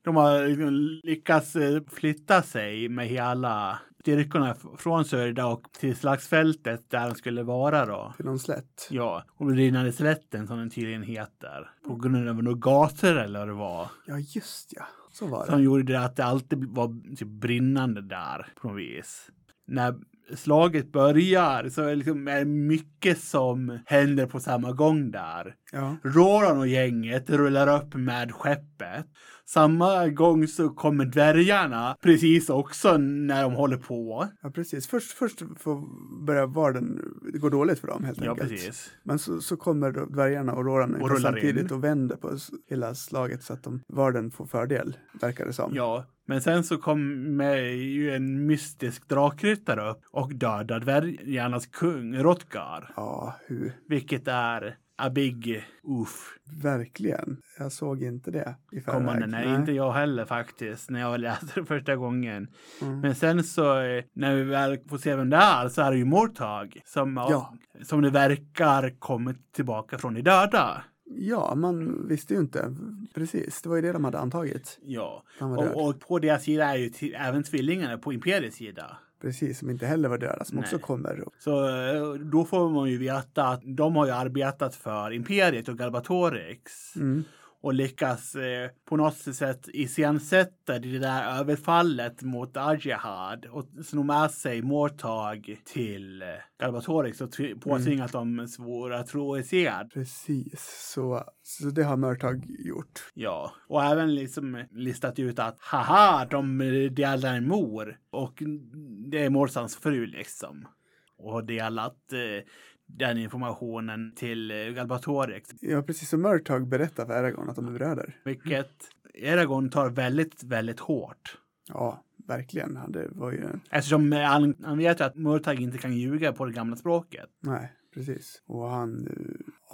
de har liksom lyckats eh, flytta sig med hela styrkorna f- från Sörda och till slagsfältet där de skulle vara då. Till någon slätt. Ja, och Brinnande slätten som den tydligen heter. På grund av några gaser eller vad det var. Ja, just ja. Så var det. Som gjorde det att det alltid var typ brinnande där på något vis. När slaget börjar så är det liksom är det mycket som händer på samma gång där. Ja. Roran och gänget rullar upp med skeppet. Samma gång så kommer dvärgarna precis också när de håller på. ja, precis. Först, först får börja vardagen, det går dåligt för dem helt Ja, enkelt. precis. Men så, så kommer då dvärgarna och råran Och rullar samtidigt in. och vänder på s- hela slaget så att de, varden får fördel, verkar det som. Ja, men sen så kommer ju en mystisk drakryttare upp och dödar dvärgarnas kung Rotgar, ja hur? vilket är a big oof. Verkligen. Jag såg inte det i förväg. kommande. Nej, inte jag heller faktiskt när jag läste det första gången. Mm. Men sen så eh, när vi väl får se vem det är så är det ju Mortag som, Ja. som det verkar kommit tillbaka från de döda. Ja, man visste ju inte. Precis, det var ju det de hade antagit. Ja. Han var död. Och, och på deras sida är ju till, även tvillingarna på Imperiets sida. Precis, som inte heller var döda, som också Nej. kommer. upp. Så eh, då får man ju veta att de har ju arbetat för Imperiet och Galbatorix. Mm. och lyckas eh, på något sätt iscensätta det där överfallet mot Ajihad och sno med sig Mortag till eh, Galbatorix och tv- påtvingat dem svåra troised. Precis, så, så det har Murtag gjort. Ja, och även liksom listat ut att haha, de delar en mor och det är Morsans fru liksom. Och delat eh, den informationen till eh, Galbatorix. Ja, precis. Så Murtag berättar för Aragorn att de är bröder. Vilket Eragon tar väldigt, väldigt hårt. Ja, verkligen. Ja, Det var ju... Eftersom eh, han, han vet ju att Murtag inte kan ljuga på det gamla språket. Nej, precis. Och han eh,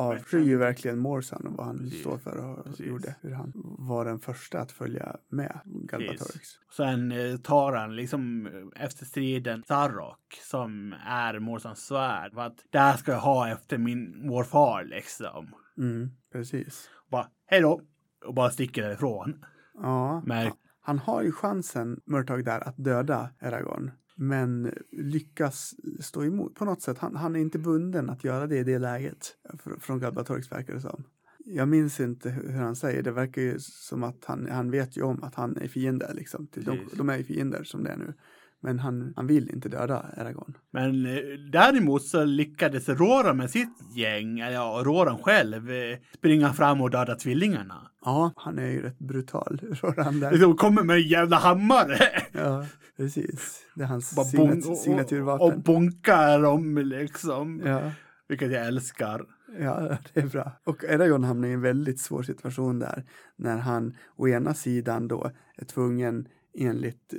avskyr ju verkligen Morsan och vad han Precis. står för och Precis. gjorde. Hur han var den första att följa med Galbatorix. Sen eh, tar han liksom eh, efter striden Sarok som är Morsans svärd. För att det här ska jag ha efter min morfar liksom. Mm, precis. Bara hej då och bara sticker därifrån. Ja, Men han har ju chansen, Murtag där, att döda Aragorn. Men lyckas stå emot på något sätt. Han, han är inte bunden att göra det i det läget. fr- Från Galbatorix verkar det som. Jag minns inte hu- hur han säger. Det verkar ju som att han, han vet ju om att han är fiende. Liksom. Till- De, Precis. de är ju fiender som det är nu. Men han, han vill inte döda Aragorn. Men eh, däremot så lyckades Roran med sitt gäng, eller ja, Roran själv, eh, springa fram och döda tvillingarna. Ja, han är ju rätt brutal, Roran där. Liksom kommer med en jävla hammare. Ja, precis. Det är hans Bara signat- bonk- och- signaturvapen. Och bonkar dem liksom. ja. Vilket jag älskar. Ja, det är bra. Och Eragon hamnar i en väldigt svår situation där när han å ena sidan då är tvungen enligt eh,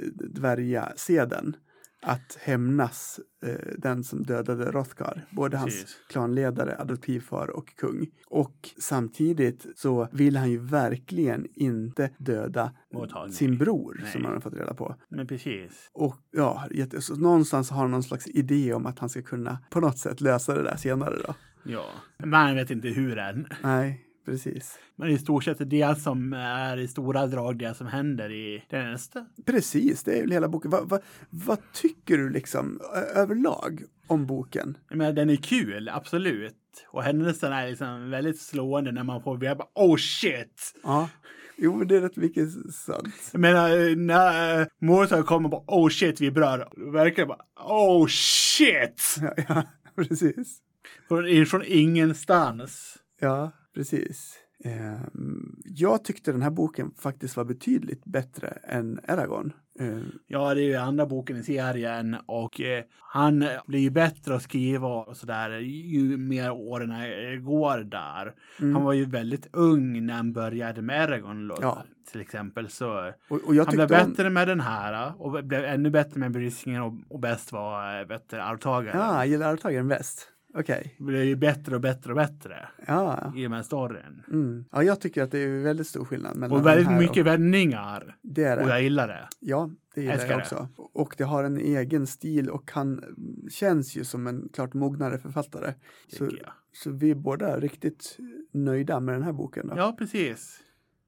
dvärgaseden att hämnas eh, den som dödade Hrothgar, både hans Precis. klanledare, adoptivfar och kung. Och samtidigt så vill han ju verkligen inte döda Mortag, sin nej. bror som Nej. han har fått reda på. Men precis. Och ja, jätte- så någonstans har han någon slags idé om att han ska kunna på något sätt lösa det där senare då. Ja. Man vet inte hur än. Nej, precis. Men i stort sett är det som är i stora drag det som händer i den här nästa. Precis, det är väl hela boken. Vad, vad, vad tycker du liksom ö- överlag om boken? Jag menar, den är kul, absolut. Och händelserna är liksom väldigt slående när man får veta oh shit! Ja. Jo, men det är rätt mycket sant. Jag menar, när Mozart kommer och bara oh shit, vi är bröder. Det Verkar bara oh shit! Ja, ja precis. Från, från ingenstans. Ja, precis. Ehm, jag tyckte den här boken faktiskt var betydligt bättre än Eragon. Ehm, Ja, det är ju andra boken i serien och eh, han blir ju bättre att skriva och sådär ju mer åren eh, går där. Mm. Han var ju väldigt ung när han började med Eragon Ja. till exempel. Så eh, och, och jag han blev tyckte om... bättre med den här eh, och blev ännu bättre med Brisingen och, och bäst var eh, bättre arvtagare. Ja, jag gillar arvtagaren bäst. Okej. Blev ju bättre och bättre och bättre Ja. i och med storyn. Mm. ja, jag tycker att det är väldigt stor skillnad mellan Och den väldigt här och- mycket vändningar. Det är det. Och jag gillar det. Ja, det gillar Älskar jag det. också. Och det har en egen stil och han mm, känns ju som en klart mognare författare. Så, tycker jag. så vi är båda riktigt nöjda med den här boken. Då. Ja, precis.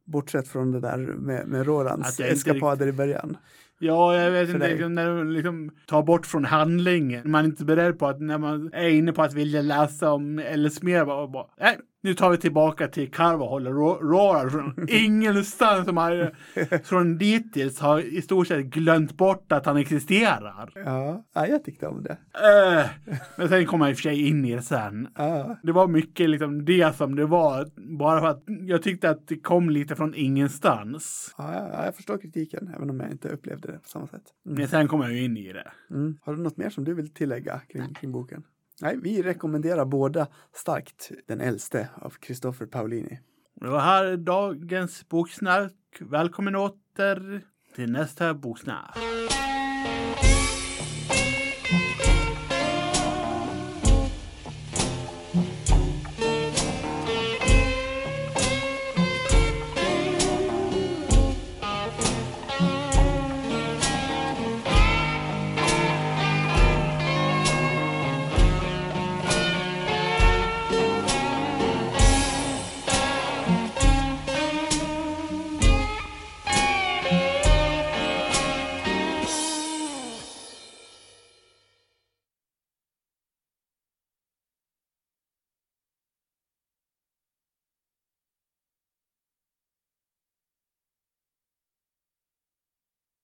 Bortsett från det där med, med Rorans Att jag inte eskapader i början. Ja, jag vet För inte. dig. Liksom, när man liksom tar bort från handlingen. Man är inte beredd på att när man är inne på att vilja läsa om Elsmer. Bara, bara, nej, nu tar vi tillbaka till Karva och håller Ro- Roran från ingenstans. Som han, från dittills har i stort sett glömt bort att han existerar. Ja, ja jag tyckte om det. Eh, men sen kom han i och för sig in i det sen. Ja, Det var mycket liksom det som det var. Bara för att jag tyckte att det kom lite från ingenstans. ja, ja, ja, jag förstår kritiken, även om jag inte upplevde det på samma sätt. Mm. Men sen kom jag ju in i det. Mm. Har du något mer som du vill tillägga kring, kring boken? Nej, vi rekommenderar båda starkt den äldste av Christopher Paolini. Det var här dagens boksnack. Välkommen åter till nästa boksnack.